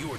You're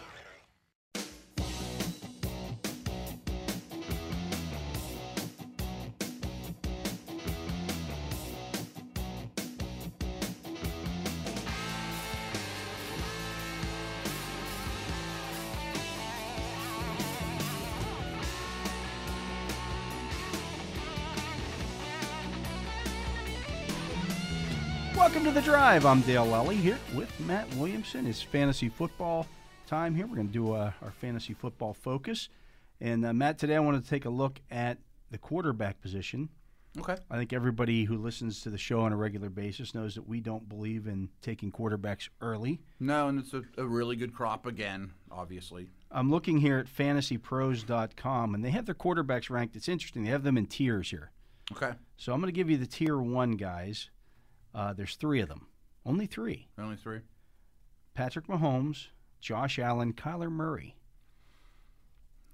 Welcome to the drive. I'm Dale Lally here with Matt Williamson. It's fantasy football time here. We're going to do uh, our fantasy football focus. And uh, Matt, today I want to take a look at the quarterback position. Okay. I think everybody who listens to the show on a regular basis knows that we don't believe in taking quarterbacks early. No, and it's a, a really good crop again, obviously. I'm looking here at fantasypros.com, and they have their quarterbacks ranked. It's interesting. They have them in tiers here. Okay. So I'm going to give you the tier one guys. Uh, there's three of them, only three. Only three. Patrick Mahomes, Josh Allen, Kyler Murray.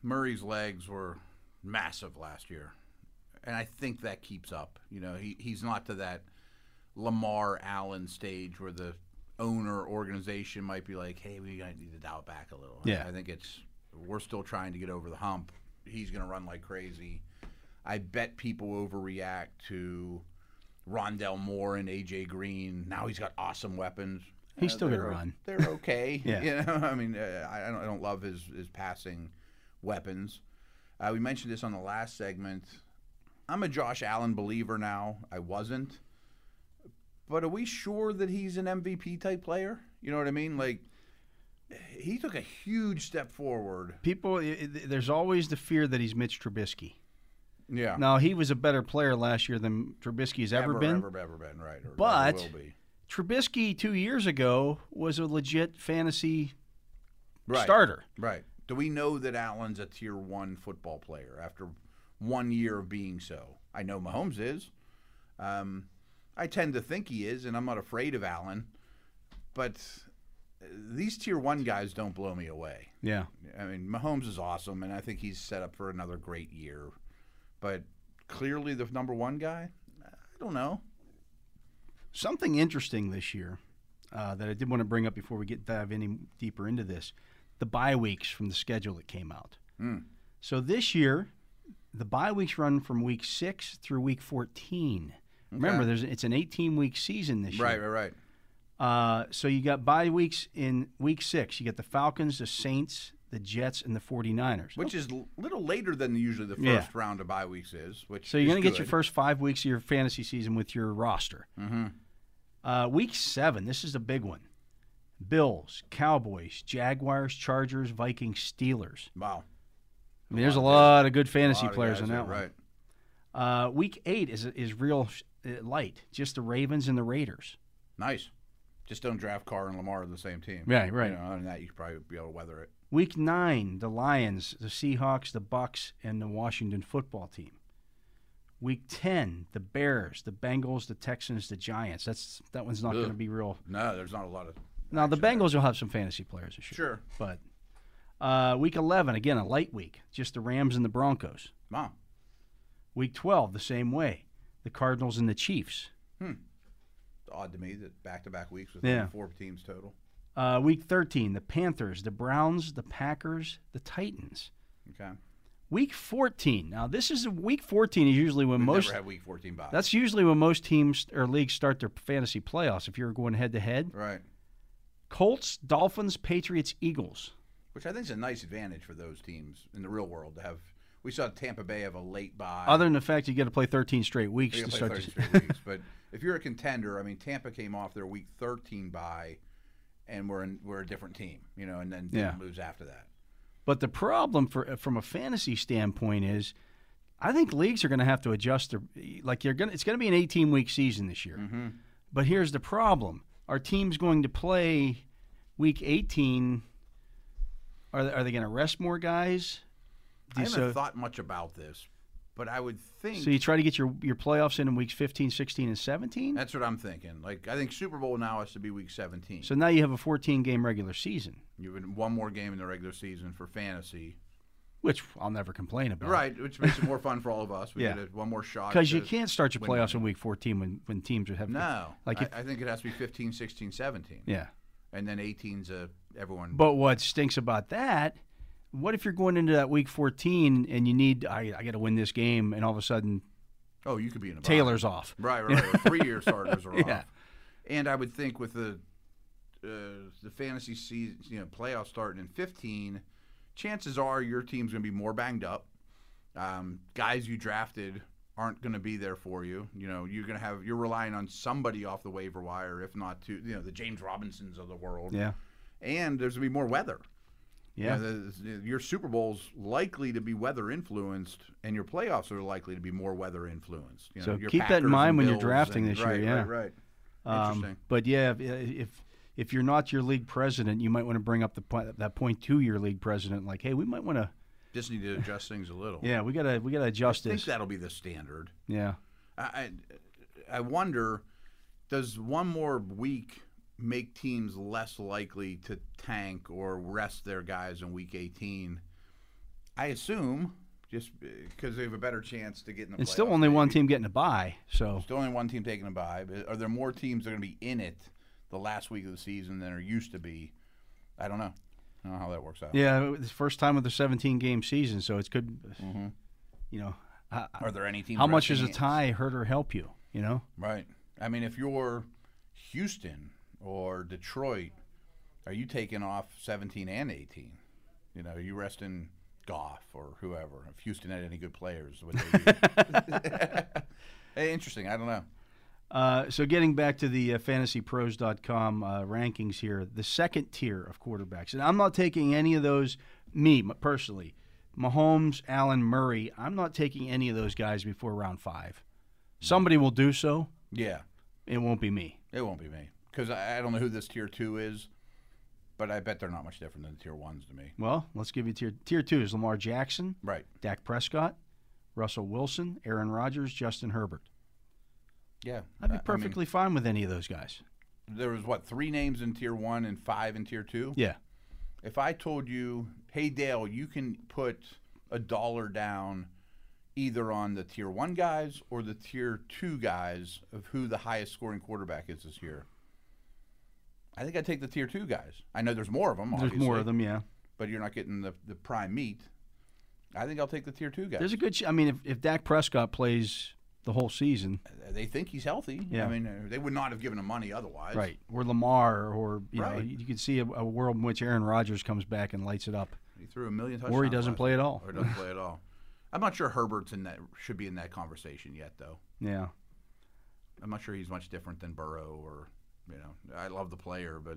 Murray's legs were massive last year, and I think that keeps up. You know, he, he's not to that Lamar Allen stage where the owner organization might be like, "Hey, we might need to dial back a little." I- Yeah. I think it's we're still trying to get over the hump. He's going to run like crazy. I bet people overreact to Rondell Moore and AJ Green. Now he's got awesome weapons. He's still gonna they're- run. They're okay. Yeah. You know, I mean, uh, I I don't, I don't love his his passing weapons. Uh, we mentioned this on the last segment. I'm a Josh Allen believer now. I wasn't, but are we sure that he's an MVP type player? You know what I mean? Like, he took a huge step forward. People, i i there's always the fear that he's Mitch Trubisky. Yeah. Now he was a better player last year than Trubisky has ever, ever, been. ever, ever been right? Or But- ever will be. Trubisky two years ago was a legit fantasy Right. starter. Right. Do we know that Allen's a tier one football player after one year of being so? I know Mahomes is. Um, I tend to think he is, and I'm not afraid of Allen. But uh, these tier one guys don't blow me away. Yeah, I mean, Mahomes is awesome, and I think he's set up for another great year. But clearly, the number one guy, I don't know. something interesting this year uh, that I did want to bring up before we get dive any deeper into this: the bye weeks from the schedule that came out. Hmm. So this year, the bye weeks run from week six through week fourteen. Remember, there's it's an 18 week season this year. Right, right, right. Uh, so you got bye weeks in week six. You got the Falcons, the Saints, the Jets, and the 49ers. Which is a little later than usually the first Yeah. round of bye weeks is. Which so you're is going to get your good. first five weeks of your fantasy season with your roster. Mhm. Uh, week seven, this is the big one Bills, Cowboys, Jaguars, Chargers, Vikings, Steelers. Wow. I mean, there's a lot, lot of good fantasy lot of players in guys there, that one. Right. Uh, week eight is, is real sh- uh, light, just the Ravens and the Raiders. Nice. Just don't draft Carr and Lamar on the same team. Right, right. You know, other than that, you could probably be able to weather it. Week nine, the Lions, the Seahawks, the Bucks, and the Washington football team. Week ten, the Bears, the Bengals, the Texans, the Giants. That's that one's not Ugh. going to be real. No, there's not a lot of. Now the action Bengals will have some fantasy players this year, Sure. but uh, week eleven again a light week, just the Rams and the Broncos. Mom. Week twelve the same way, the Cardinals and the Chiefs. It's odd to me that back to back weeks with Yeah. only four teams total. Uh, week thirteen the Panthers, the Browns, the Packers, the Titans. Okay. Week fourteen. Now this is week fourteen is usually when We've most never had week 14 bye. That's usually when most teams or leagues start their fantasy playoffs. If you're going head to head, right. Colts, Dolphins, Patriots, Eagles. Which I think is a nice advantage for those teams in the real world to have. We saw Tampa Bay have a late bye. Other than the fact you got to play 13 straight weeks They to can play start. 30 To, straight weeks, but if you're a contender, I mean, Tampa came off their week 13 bye, and we're in, we're a different team, you know, and then Yeah. moves after that. but the problem for uh, from a fantasy standpoint is, I think leagues are going to have to adjust their like you're going. to It's going to be an 18 week season this year. But here's the problem: our team's going to play week 18. Are they, are they going to rest more guys? Do I you- haven't so- thought much about this, but I would think So you try to get your, your playoffs in in weeks 15, 16, and 17? that's what I'm thinking. Like, I think Super Bowl now has to be week 17. So now you have a 14 game regular season, You've been one more game in the regular season for fantasy, which I'll never complain about. Right, which makes it more fun for all of us. We Yeah. get it one more shot. Because you to- can't start your win playoffs in week 14 when, when teams are having No. like I, if, I think it has to be 15, 16, 17. yeah. And then 18's a, everyone. But what stinks about that? What if you're going into that week 14 and you need I, I got to win this game and all of a sudden oh, you could be in a bye. Taylor's off. Right, right. right. Three year starters are Yeah. off. And I would think with the uh, the fantasy season, you know, playoff starting in 15, chances are your team's going to be more banged up. Um, guys you drafted aren't going to be there for you. You know, you're going to have you're relying on somebody off the waiver wire, if not to you know the James Robinsons of the world. Yeah. And there's going to be more weather. You Yeah. know, the- your Super Bowl's likely to be weather influenced, and your playoffs are likely to be more weather influenced. You know, So your keep that in Packers and mind when you're Bills drafting and- this year, right, yeah. right, right. Um, Interesting. but yeah, if, if if you're not your league president, you might want to bring up the point, that point to your league president, like, hey, we might want to. Just need to adjust things a little. Yeah, we gotta we gotta adjust I think this. that'll be the standard. yeah. I, I I wonder, does one more week make teams less likely to tank or rest their guys in week 18? I assume just because they have a better chance to get in the. It's still playoffs, only maybe. one team getting a bye, so There's only one team taking a bye. But are there more teams that are going to be in it the last week of the season than there used to be? I don't know. I don't know how that works out. yeah, it's the first time with a 17 game season, so it could, Mm-hmm. you know, how, Are there any teams? how much does a resting it? tie hurt or help you? You know, Right. I mean, if you're Houston or Detroit, are you taking off 17 and 18? You know, are you resting Goff or whoever? If Houston had any good players, would they be? Hey, interesting. I don't know. Uh, so getting back to the uh, fantasypros.com uh, rankings here, the second tier of quarterbacks, and I'm not taking any of those, me m- personally, Mahomes, Allen, Murray, I'm not taking any of those guys before round five. Somebody will do so. Yeah, It won't be me. it won't be me because I, I don't know who this tier two is, but I bet they're not much different than tier ones to me. Well, let's give you tier tier two is Lamar Jackson, Right. Dak Prescott, Russell Wilson, Aaron Rodgers, Justin Herbert. Yeah. I'd I- I be mean, perfectly fine with any of those guys. there was what three names in tier one and five in tier two. Yeah. if I told you, hey Dale, you can put a dollar down either on the tier one guys or the tier two guys of who the highest scoring quarterback is this year. I think I'd take the tier two guys. I know there's more of them, There's more of them, yeah. but you're not getting the, the prime meat. I think I'll take the tier two guys. There's a good ch- I mean if if Dak Prescott plays the whole season, they think he's healthy. Yeah. I mean, uh, they would not have given him money otherwise. Right. Or Lamar, or you know, Right. you can see a, a world in which Aaron Rodgers comes back and lights it up, He threw a million touchdowns. or he doesn't last- Oh, play at all. Or doesn't play at all. I'm not sure Herbert's in that should be in that conversation yet, though. Yeah. I'm not sure he's much different than Burrow or you know I love the player, but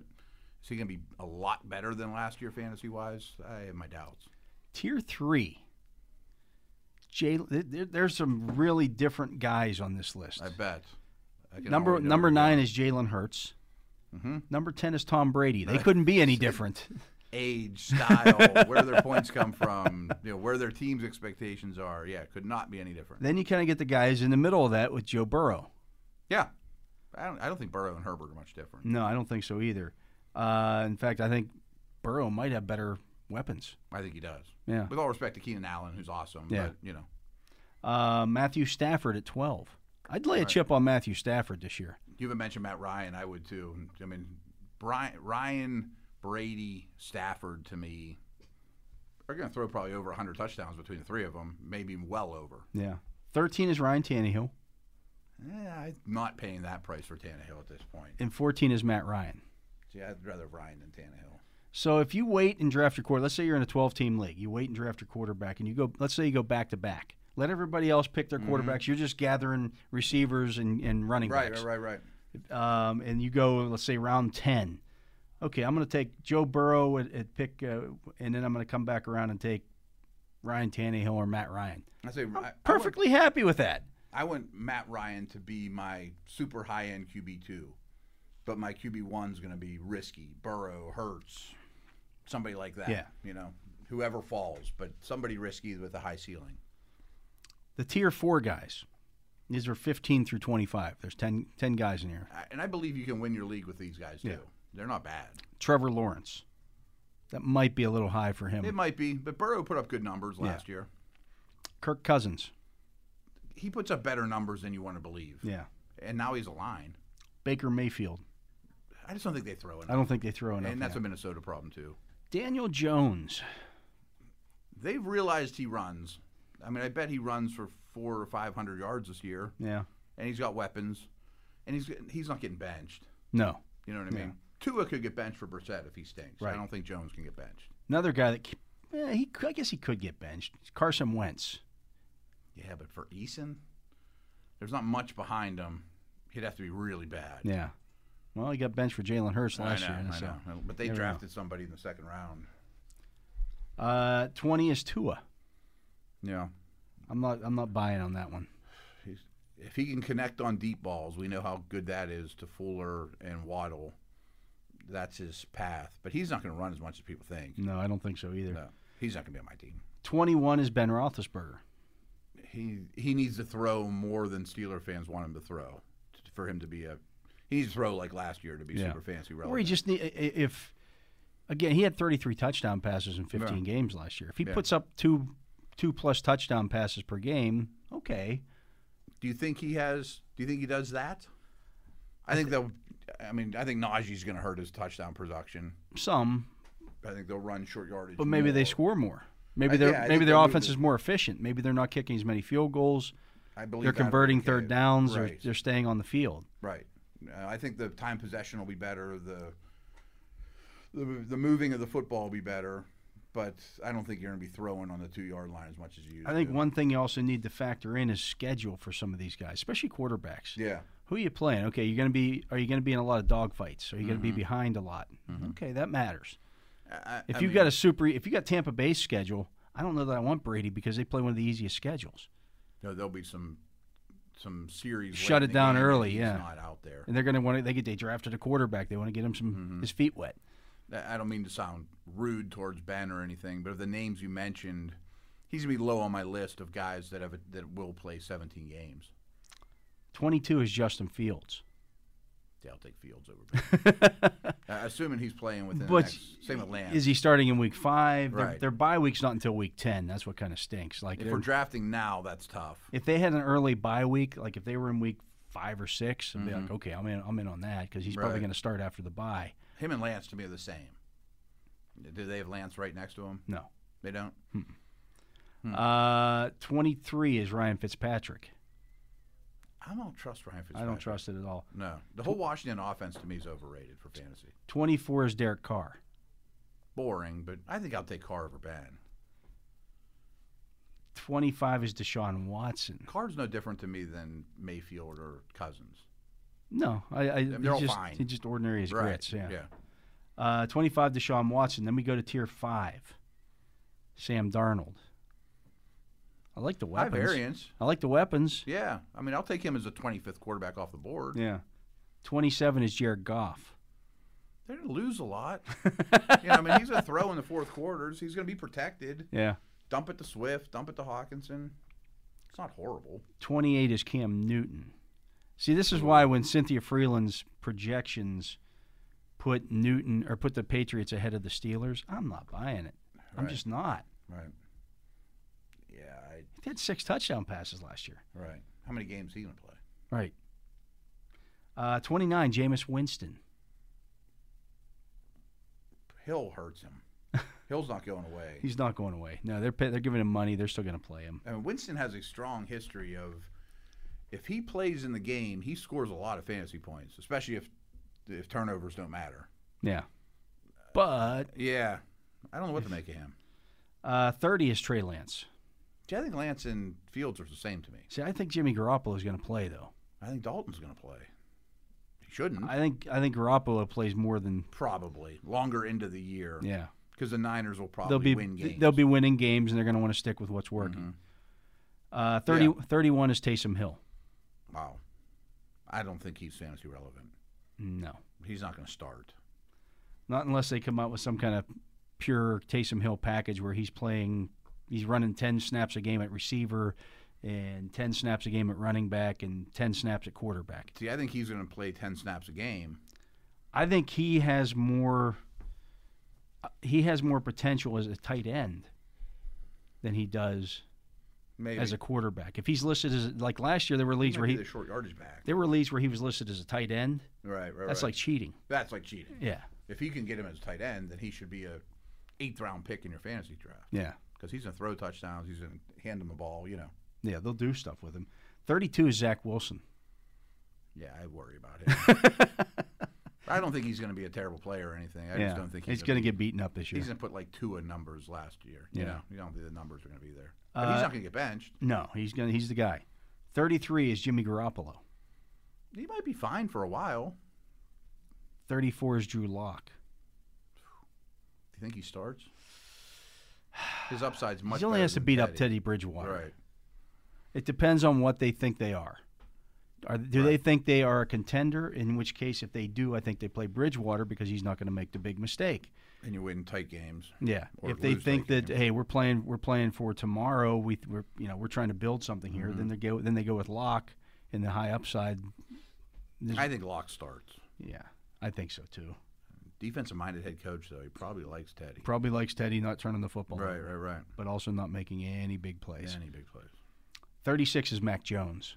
is he going to be a lot better than last year fantasy wise? I have my doubts. Tier three. Jay, there, there's some really different guys on this list. I bet. I can number already know number who- nine is Jalen Hurts. Mhm. Number ten is Tom Brady. They couldn't be any different. age, style, where their points come from, you know, where their team's expectations are. Yeah, could not be any different. Then you kind of get the guys in the middle of that with Joe Burrow. Yeah, I don't. I don't think Burrow and Herbert are much different. No, I don't think so either. Uh, in fact, I think Burrow might have better weapons. I think he does. Yeah. With all respect to Keenan Allen, who's awesome. Yeah. But, you know, Uh, Matthew Stafford at 12. I'd lay a chip on Matthew Stafford this year. you even mentioned Matt Ryan. I would too. I mean, Brian, Ryan, Brady, Stafford to me are going to throw probably over 100 touchdowns between the three of them, maybe well over. Yeah. 13 is Ryan Tannehill, Eh, I'm not paying that price for Tannehill at this point. and 14 is Matt Ryan. See, I'd rather have Ryan than Tannehill. So if you wait and draft your quarter, let's say you're in a 12 team league, you wait and draft your quarterback, and you go, let's say you go back to back. Let everybody else pick their quarterbacks. You're just gathering receivers and, and running Mm-hmm. Right, backs. right, right, right. Um, and you go, let's say round 10. Okay, I'm going to take Joe Burrow at, at pick, uh, and then I'm going to come back around and take Ryan Tannehill or Matt Ryan. I say I, Perfectly happy with that. I want, I want Matt Ryan to be my super high end QB two, but my QB one's going to be risky. Burrow, Hurts, somebody like that. Yeah. you know, whoever falls, but somebody risky with a high ceiling. The tier four guys. These are 15 through 25. There's 10, 10 guys in here. I- and I believe you can win your league with these guys too. Yeah. They're not bad. Trevor Lawrence, That might be a little high for him. It might be, but Burrow put up good numbers last year. Kirk Cousins. He puts up better numbers than you want to believe. Yeah. And now he's a line. Baker Mayfield. I just don't think they throw enough. I don't think they throw enough. and that's yeah. a Minnesota problem too. Daniel Jones. They've realized he runs. I mean, I bet he runs for four or five hundred yards this year, Yeah. and he's got weapons, and he's he's not getting benched. No. You know what I mean? Tua could get benched for Brissett if he stinks. Right. I don't think Jones can get benched. Another guy that c- eh, he c- I guess he could get benched. Carson Wentz. Yeah, but for Eason, there's not much behind him. He'd have to be really bad. Yeah. Well, he got benched for Jalen Hurts I last know, year. I so. know. But they Never know. drafted somebody in the second round. Uh, twenty is Tua. Yeah. I'm not. I'm not buying on that one. He's, if he can connect on deep balls, we know how good that is to Fuller and Waddle. That's his path. But he's not going to run as much as people think. No, I don't think so either. No, he's not going to be on my team. Twenty-one is Ben Roethlisberger. He he needs to throw more than Steeler fans want him to throw t- for him to be a. He needs to throw like last year to be Yeah. super fancy relevant. Or he just need i- i- if again he had 33 touchdown passes in 15 games last year. If he Yeah. puts up two two plus touchdown passes per game, okay. do you think he has? Do you think he does that? I think they'll. I mean, I think Najee's going to hurt his touchdown production. Some, I think they'll run short yardage. but maybe they more. score more. I- Maybe their yeah, I maybe think their they'll move offense it. is more efficient. Maybe they're not kicking as many field goals. I believe They're that'll be converting okay. third downs. They're, Right. they're staying on the field. Right. Uh, I think the time possession will be better. The, the the moving of the football will be better, but I don't think you're going to be throwing on the two yard line as much as you. Used I think to. one thing you also need to factor in is schedule for some of these guys, especially quarterbacks. Yeah. Who are you playing? Okay, you're going to be are you going to be in a lot of dogfights? Are you going Mm-hmm. to be behind a lot? Okay, that matters. I, If I you've mean, got a super, if you got Tampa Bay's schedule, I don't know that I want Brady because they play one of the easiest schedules, no, there'll be some some series. late Shut in it the down game that early, he's yeah. Not out there. and they're going to want to. They get they drafted a quarterback. They want to get him some Mm-hmm. his feet wet. I I don't mean to sound rude towards Ben or anything, but of the names you mentioned, he's going to be low on my list of guys that have a, that will play 17 games. Twenty two is Justin Fields. Yeah, I'll take Fields over. Ben. uh, assuming he's playing within the But next, same with Lamb. Is he starting in week five? Their, Right. their bye week's not until week ten. That's what kind of stinks. Like If they're- we're drafting now, that's tough. if they had an early bye week, like if they were in week five or 6 i I'd be like, okay, I'm in. I'm in on that because he's probably Mm-hmm. Right. going to start after the bye. Him and Lance to me are the same. Do they have Lance right next to him? No. They don't. Uh, twenty three is Ryan Fitzpatrick. I don't trust Ryan Fitzpatrick. I don't trust it at all. No, the whole Washington offense to me is overrated for fantasy. Twenty four is Derek Carr. Boring, but I think I'll take Carr over Ben. Twenty five is Deshaun Watson. Carr's no different to me than Mayfield or Cousins. No, I, I he's all just, fine. He's just ordinary as grits. Yeah. yeah. Uh, Twenty-five Deshaun Watson. Then we go to tier five. Sam Darnold. I like the High weapons. variance. I like the weapons. Yeah. I mean, I'll take him as the 25th quarterback off the board. Yeah. Twenty-seven is Jared Goff. They're going to lose a lot. you know, I mean, he's going to throw in the fourth quarters. He's going to be protected. Yeah. Dump it to Swift. Dump it to Hawkinson. It's not horrible. Twenty-eight is Cam Newton. See, this is why when Cynthia Freeland's projections put Newton or put the Patriots ahead of the Steelers, I'm not buying it. I'm Right. just not. Right. Yeah. I, He had six touchdown passes last year. Right. How many games he gonna play? Right. Uh, 29, Jameis Winston. Hill hurts him. Hill's not going away. He's not going away. No, they're pay- they're giving him money. They're still going to play him. I mean, Winston has a strong history of if he plays in the game, he scores a lot of fantasy points, especially if if turnovers don't matter. Yeah. But Yeah, I don't know what to make of him. uh, 30 is Trey Lance. See, I think Lance and Fields are the same to me. See, I think Jimmy Garoppolo is going to play though. I think Dalton's going to play. He shouldn't. I think I think Garoppolo plays more than probably longer into the year yeah. because the Niners will probably They'll be win games. Mm-hmm. they'll be winning games and they're going to want to stick with what's working. Uh, 30, Yeah. 31 is Taysom Hill. wow. I don't think he's fantasy relevant. No, He's not going to start. not unless they come out with some kind of pure Taysom Hill package where he's playing, he's running 10 snaps a game at receiver and 10 snaps a game at running back and 10 snaps at quarterback. See, I think he's going to play ten snaps a game. I think he has more he has more potential as a tight end than he does Maybe as a quarterback. If he's listed as like last year, there were leagues Might where be he the short yardage back. there were leagues where he was listed as a tight end. Right, right. That's right. like cheating. that's like cheating. Yeah, If you can get him as tight end, then he should be a eighth round pick in your fantasy draft yeah, because he's gonna throw touchdowns. He's gonna hand him the ball. You know. yeah. They'll do stuff with him. Thirty-two is Zach Wilson. Yeah, I worry about him. I don't think he's gonna be a terrible player or anything. I yeah, just don't think he's gonna going to be- get beaten up this year. He's gonna put like two in numbers last year. You Yeah. know, you don't think the numbers are gonna be there. But he's Uh, not gonna get benched. no, he's going. to He's the guy. Thirty-three is Jimmy Garoppolo. He might be fine for a while. Thirty-four is Drew Lock. Do you think he starts? His upside's much. He only better has to than beat up Teddy Bridgewater. Right. It depends on what they think they are. Are do they think they are a contender? In which case, if they do, I think they play Bridgewater because he's not going to make the big mistake. And you win tight games. Yeah. Or if they lose think late that hey, we're playing we're playing for tomorrow, we we're you know we're trying to build something Mm-hmm. here, then they go then they go with Locke in the high upside. I think Locke starts. Yeah, I think so too. Defensive minded head coach though, he probably likes Teddy. Probably likes Teddy not turning the football, Right, over, right, right. but also not making any big plays. Any big plays. Thirty six is Mac Jones.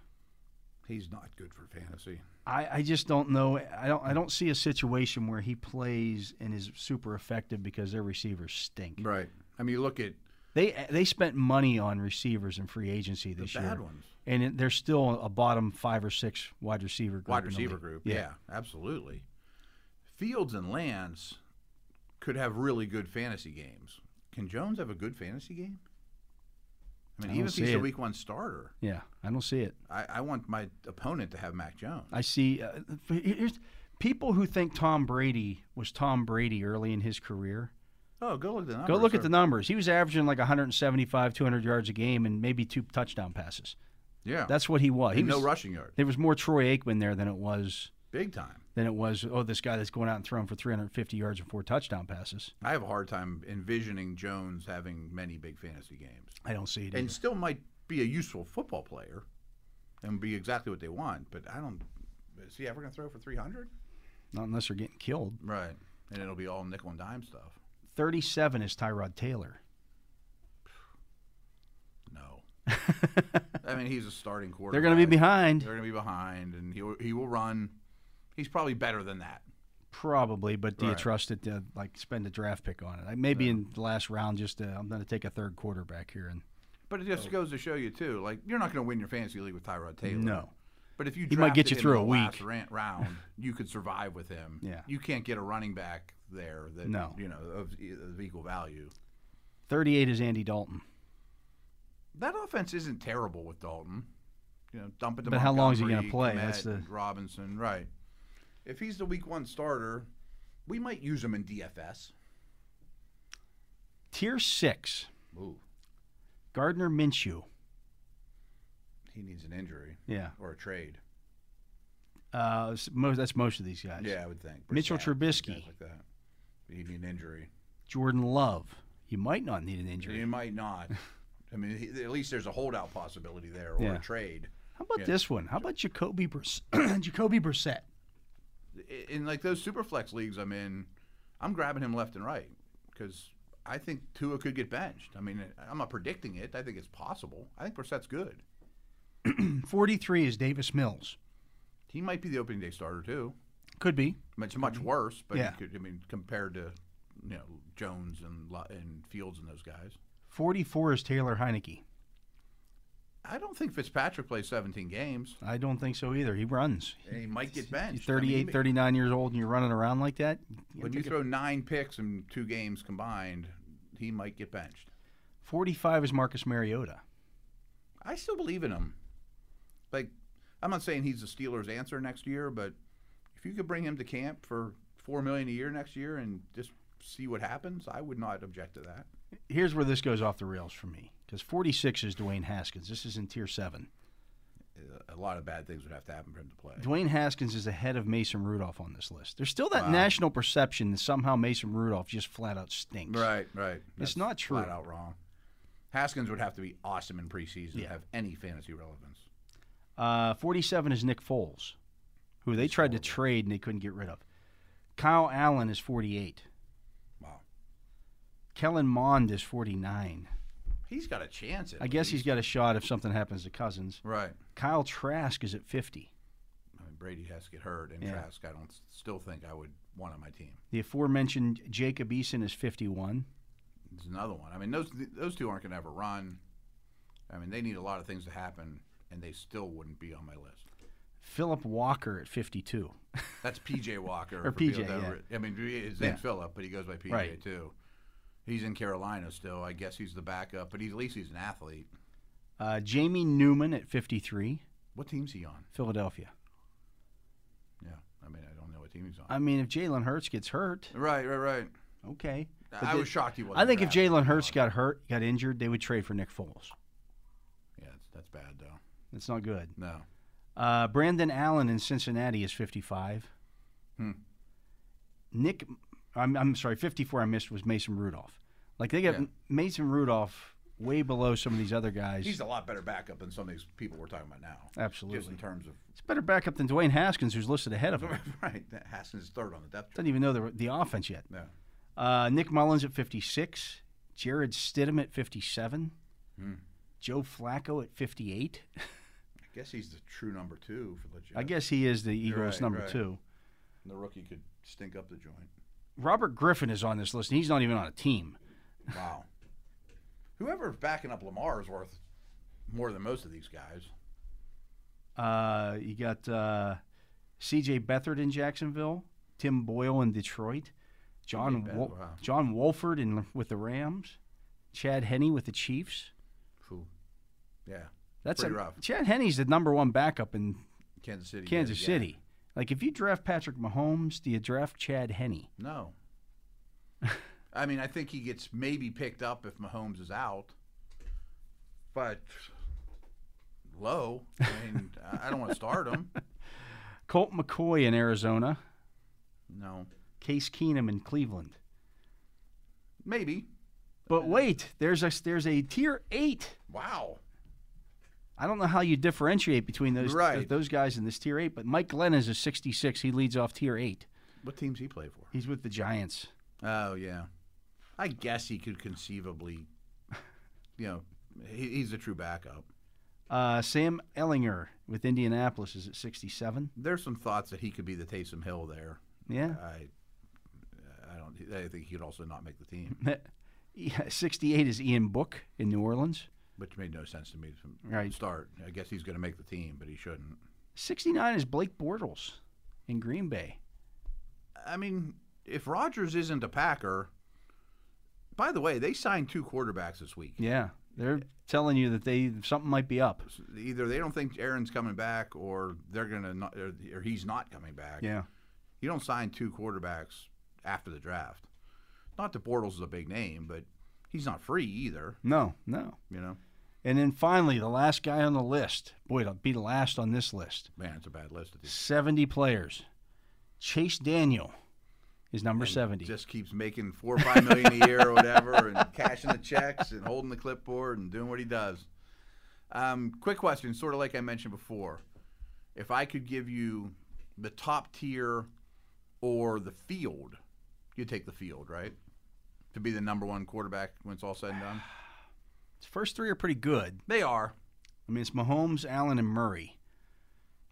He's not good for fantasy. I, I just don't know. I don't. I don't see a situation where he plays and is super effective because their receivers stink. Right. I mean, you look at They they spent money on receivers in free agency the this year, bad ones. and it, they're still a bottom five or six wide receiver group. Wide in the receiver league. group. Yeah. absolutely. Fields and Lance could have really good fantasy games. Can Jones have a good fantasy game? I mean, I even don't if he's see a it. week one starter, yeah. I don't see it. I, I want my opponent to have Mac Jones. I see. Uh, here's people who think Tom Brady was Tom Brady early in his career. Oh, go look at the numbers. Go look at the They're- numbers. He was averaging like 175, 200 yards a game, and maybe two touchdown passes. yeah. That's what he was. and He was no rushing yard, there was more Troy Aikman there than it was big time. than it was, oh, this guy that's going out and throwing for 350 yards and four touchdown passes. I have a hard time envisioning Jones having many big fantasy games, I don't see it. and either. still might be a useful football player, and be exactly what they want. But I don't. Is he ever going to throw for three hundred? Not unless they're getting killed. Right, and it'll be all nickel and dime stuff. 37 is Tyrod Taylor. No, I mean he's a starting quarterback. They're going to be behind, They're going to be behind, and he will- he will run. He's probably better than that. probably, but do you Right. trust it to like spend a draft pick on it? I- Maybe in the last round, just uh I'm going to take a third quarterback here. And But it just goes to show you too, like you're not going to win your fantasy league with Tyrod Taylor. no, But if you He might get drafted you him through in a the week. last ran- round, you could survive with him. Yeah. you can't get a running back there that No. you know of, e- of equal value. 38 is Andy Dalton. That offense isn't terrible with Dalton. You know, dump it to But how long is he gonna Montgomery, play? That's Kmet, the- Robinson, right? If he's the week one starter, we might use him in DFS. Tier six, Ooh, Gardner Minshew. he needs an injury Yeah, or a trade. uh, s- most, that's most of these guys. Yeah, I would think. Mitchell Brissett, guys Trubisky. like that. He need an injury. Jordan Love. You might not need an injury. You might not. I mean, he- at least there's a holdout possibility there or Yeah. a trade. How about Yeah. this one? How about Jacoby Brissett? Jacoby Brissett. I- In like those super flex leagues I'm in, I'm grabbing him left and right because I think Tua could get benched. I mean, I'm not predicting it. I think it's possible. I think Brissett's good. 43 is Davis Mills. He might be the opening day starter too. Could be. I mean, it's much worse, but he Mm-hmm. Yeah. could, I mean, compared to you know Jones and Lo- and Fields and those guys, 44 is Taylor Heineke. I don't think Fitzpatrick plays 17 games. I don't think so either. He runs. And he might get He's benched. I mean, he 38, may- 39 years old, and you're running around like that. When you throw nine picks in two games combined, he might get benched. 45 is Marcus Mariota. I still believe in him. Like, I'm not saying he's the Steelers' answer next year, but if you could bring him to camp for four million a year next year and just see what happens, I would not object to that. Here's where this goes off the rails for me because 46 is Dwayne Haskins. This is in tier seven. A lot of bad things would have to happen for him to play. Dwayne Haskins is ahead of Mason Rudolph on this list. There's still that national perception that somehow Mason Rudolph just flat out stinks. Right, right. That's not true. Flat out wrong. Haskins would have to be awesome in preseason to Yeah. have any fantasy relevance. Uh, 47 is Nick Foles, who they tried to trade and they couldn't get rid of. Kyle Allen is 48. Wow. Kellen Mond is 49. He's got a chance. At I guess least. he's got a shot if something happens to Cousins. right. Kyle Trask is at 50. I mean, Brady has to get hurt, and Yeah. Trask, I don't still think I would want on my team. The aforementioned Jacob Eason is 51. It's another one. I mean, those those two aren't going to ever run. I mean, they need a lot of things to happen, and they still wouldn't be on my list. Philip Walker at 52. That's PJ Walker Or for PJ, people that yeah. were- I mean, his name's Yeah. Philip, but he goes by PJ Right. too. He's in Carolina still. I guess he's the backup, but he, at least he's an athlete. Uh, Jamie Newman at 53. What team's he on? Philadelphia. Yeah, I mean, I don't know what team he's on. I mean, if Jalen Hurts gets hurt, right, right, right. okay. But I the- was shocked he wasn't. I think if drafted. Jalen Hurts got hurt, got injured, they would trade for Nick Foles. Oh, yeah, that's, that's bad though. That's not good. No, Uh, Brandon Allen in Cincinnati is 55. Hmm. Nick, I'm, I'm sorry, 54 I missed was Mason Rudolph. Like they got Yeah. Mason Rudolph way below some of these other guys. he's a lot better backup than some of these people we're talking about now. Just Absolutely. in terms of It's better backup than Dwayne Haskins, who's listed ahead of him. right, that Haskins is third on the depth chart. Doesn't even know the, the offense yet. No, Uh, Nick Mullins at 56. Jared Stidham at 57. Hmm. Joe Flacco at 58. I guess he's the true number two for legit. I guess he is the Eagles right, number right. two. And the rookie could stink up the joint. Robert Griffin is on this list, and he's not even on a team. Wow. Whoever's backing up Lamar is worth more than most of these guys. Uh, you got uh, C.J. Beathard in Jacksonville, Tim Boyle in Detroit, John Beathard, Wo- wow. John Wolford in with the Rams, Chad Henney with the Chiefs. Phew. Yeah, That's Pretty a- rough. Chad Henney's the number one backup in Kansas City. did Kansas again. City. Like if you draft Patrick Mahomes, do you draft Chad Henney? No. I mean, I think he gets maybe picked up if Mahomes is out, but low. I mean, I- I don't want to start him. Colt McCoy in Arizona, No, Case Keenum in Cleveland. maybe. But wait, there's a there's a tier eight. Wow. I don't know how you differentiate between those Right. those guys in this tier eight. But Mike Glenn is a 66. He leads off tier eight. What teams he play for? He's with the Giants. Oh yeah, I guess he could conceivably, you know, he, he's a true backup. Uh, Sam Ellinger with Indianapolis is at 67. There's some thoughts that he could be the Taysom Hill there. Yeah. I, I don't. I think he could also not make the team, Yeah, 68 is Ian Book in New Orleans. which made no sense to me from the Right. start. I guess he's going to make the team, but he shouldn't. 69 is Blake Bortles in Green Bay. I mean, if Rodgers isn't a Packer, by the way, they signed two quarterbacks this week. Yeah, they're telling you that they something might be up. Either they don't think Aaron's coming back, or they're going to, not, or, or he's not coming back. Yeah, You don't sign two quarterbacks after the draft. Not that Bortles is a big name, but he's not free either. no, no. You know, And then finally, the last guy on the list. Boy, it'll be the last on this list. man, it's a bad list. Of these. 70 players. Chase Daniel is number And 70. Just keeps making four or five million a year or whatever, and cashing the checks and holding the clipboard and doing what he does. Um, quick question, sort of like I mentioned before, if I could give you the top tier or the field, you take the field, right? To be the number one quarterback when it's all said and done. First three are pretty good. They are. I mean, it's Mahomes, Allen, and Murray.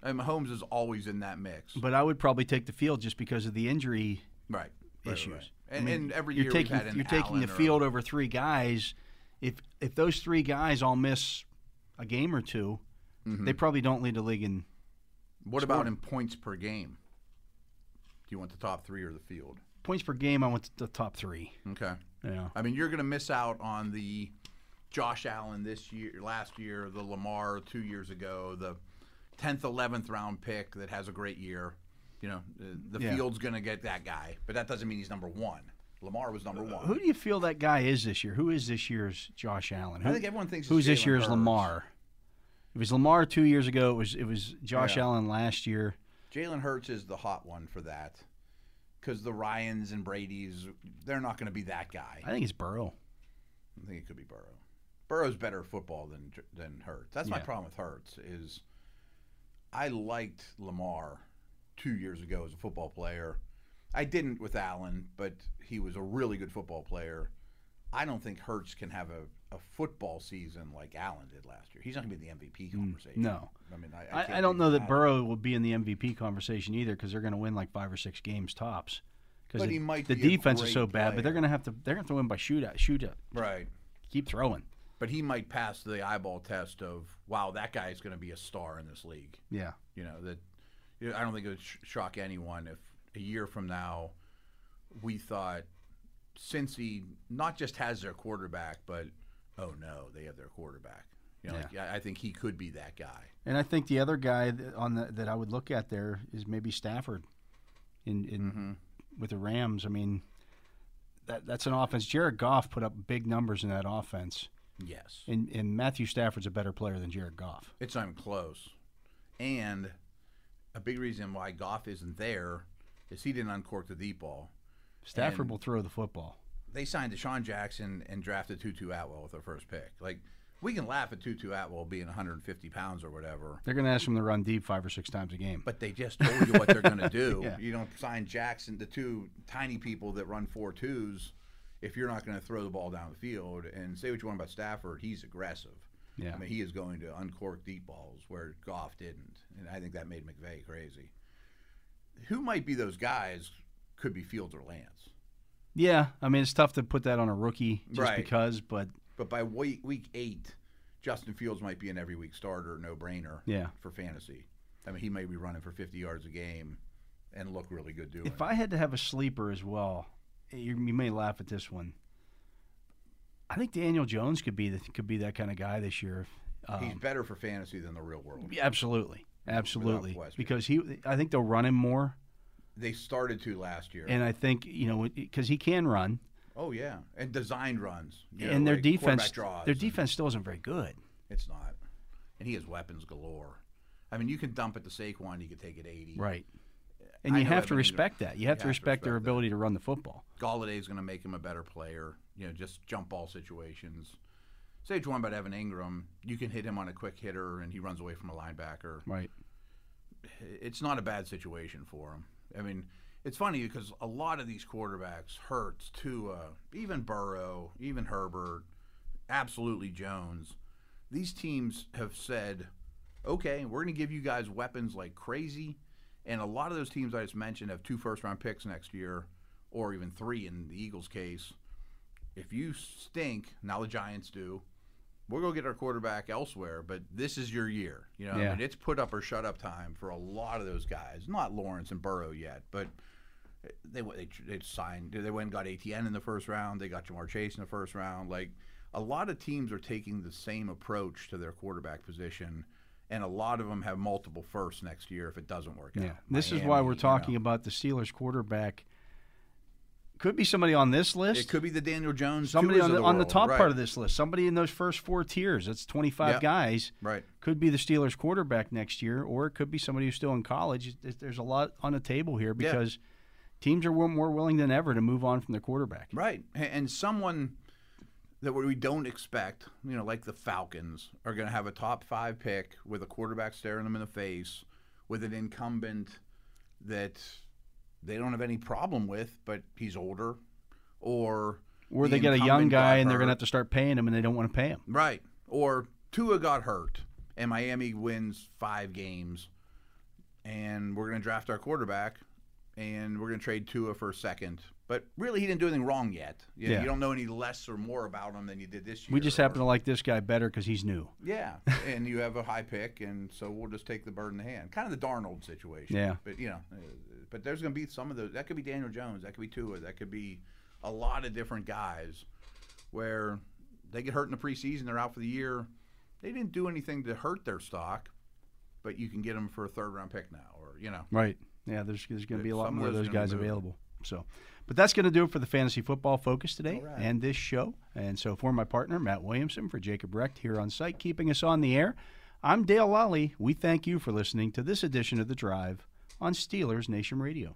And Mahomes is always in that mix. But I would probably take the field just because of the injury Right. right, issues. right. And, and every you're year taking we've had an you're taking the Allen or- field over three guys. If if those three guys all miss a game or 2 Mm-hmm. they probably don't lead the league in. What about in points per game? Do you want the top three or the field? points per game, I went to the top three. Okay. Yeah. I mean, you're going to miss out on the Josh Allen this year, last year, the Lamar two years ago, the 10th, 11th round pick that has a great year. You know, the, the Yeah. field's going to get that guy, but that doesn't mean he's number one. Lamar was number one. Uh, Who do you feel that guy is this year? Who is this year's Josh Allen? Who, I think everyone thinks it's who's this Jalen year's Hurts. Lamar? It was Lamar two years ago. It was it was Josh Yeah. Allen last year. Jalen Hurts is the hot one for that because the Ryans and Brady's, they're not going to be that guy. I think it's Burrow. I think it could be Burrow. Burrow's better at football than than Hurts. That's my Yeah. problem with Hurts is I liked Lamar two years ago as a football player. I didn't with Allen, but he was a really good football player. I don't think Hertz can have a, a football season like Allen did last year. He's not going to be in the MVP conversation. Mm, no. I mean, I, I, can't I don't think know of that Burrow will be in the MVP conversation either because they're going to win like five or six games tops. Because But he might the be a defense is great so bad, but they're player. going to have to they're going to win by shootout, shootout. Right. Keep throwing. But he might pass the eyeball test of, wow, that guy is going to be a star in this league. Yeah, You know, that you know, I don't think it would sh- shock anyone if a year from now we thought Cincy not just has their quarterback, but oh no, they have their quarterback. You know, like, I I think he could be that guy. and I think the other guy that, on the, that I would look at there is maybe Stafford, in, in Mm-hmm. with the Rams. I mean, that that's an offense. Jared Goff put up big numbers in that offense, Yes. and and Matthew Stafford's a better player than Jared Goff. It's not even close. And a big reason why Goff isn't there is he didn't uncork the deep ball. Stafford And- will throw the football. They signed Deshaun Jackson and drafted Tutu Atwell with their first pick. Like, we can laugh at Tutu Atwell being 150 pounds or whatever, They're going to ask him to run deep five or six times a game. but they just told you what they're going to do. Yeah. You don't sign Jackson, the two tiny people that run four twos, if you're not going to throw the ball down the field. And say what you want about Stafford, he's aggressive. Yeah. I mean, he is going to uncork deep balls where Goff didn't, and I think that made McVay crazy. Who might be those guys? Could be Fields or Lance, Yeah, I mean it's tough to put that on a rookie just Right. because, but but by week week eight, Justin Fields might be an every week starter, no brainer. Yeah. for fantasy. I mean, he may be running for 50 yards a game and look really good doing. if it. I had to have a sleeper as well, you, you may laugh at this one. I think Daniel Jones could be the, could be that kind of guy this year. He's Um, better for fantasy than the real world. yeah, absolutely, absolutely, question. because he I think they'll run him more, They started to last year. and I think you know because he can run, oh yeah, and designed runs. you know, and their like quarterback defense draws their and- defense still isn't very good. It's not. And he has weapons galore. I mean, you can dump it to Saquon, you could take it 80. Right. And I you know have to Ebenezer- respect that. You have to respect their respect that. ability to run the football. Galladay's going to make him a better player. You know, just jump ball situations. Say what you want about Evan Ingram, you can hit him on a quick hitter and he runs away from a linebacker. Right. It's not a bad situation for him. I mean, it's funny because a lot of these quarterbacks, Hurts, Tua, even Burrow, even Herbert, absolutely Jones, these teams have said, okay, we're going to give you guys weapons like crazy. And a lot of those teams I just mentioned have two first round picks next year, or even three in the Eagles' case. If you stink, now the Giants do, we'll go get our quarterback elsewhere, but this is your year. You know, I Yeah. mean, it's put up or shut up time for a lot of those guys. Not Lawrence and Burrow yet, but. They, went- they tr- they signed they went and got ATN in the first round. They got Jamar Chase in the first round. Like a lot of teams are taking the same approach to their quarterback position, and a lot of them have multiple firsts next year if it doesn't work Yeah. out. This is why Miami, we're you know. talking about the Steelers quarterback. Could be somebody on this list. It could be the Daniel Jones, somebody Tuas on of the, on the world, top right, part of this list. Somebody in those first four tiers. That's 25 Yeah. guys. Right. Could be the Steelers quarterback next year, or it could be somebody who's still in college. It- it- There's a lot on the table here because teams are wi- more willing than ever to move on from their quarterback. Right. A- And someone that we don't expect, you know, like the Falcons, are going to have a top five pick with a quarterback staring them in the face, with an incumbent that they don't have any problem with, but he's older, or Or the they get a young incumbent got guy and they're going to hurt. have to start paying him, and they don't want to pay him. Right. Or Tua got hurt and Miami wins five games and we're going to draft our quarterback and we're going to trade Tua for a second. But really, he didn't do anything wrong yet. You, Yeah. you don't know any less or more about him than you did this year. We just happen to like this guy better because he's new. Yeah. and you have a high pick, and so we'll just take the bird in the hand. Kind of the Darnold situation. Yeah. But, you know, uh, but there's going to be some of those. That could be Daniel Jones. That could be Tua. That could be a lot of different guys where they get hurt in the preseason. They're out for the year. They didn't do anything to hurt their stock, but you can get them for a third round pick now, or, you know. Right. Yeah, there's, there's going to be a lot Some more of of those those are gonna guys move. available. So, but that's going to do it for the fantasy football focus today All right. and this show. And so, for my partner Matt Williamson, for Jacob Recht here on site, keeping us on the air. I'm Dale Lally. We thank you for listening to this edition of the Drive on Steelers Nation Radio.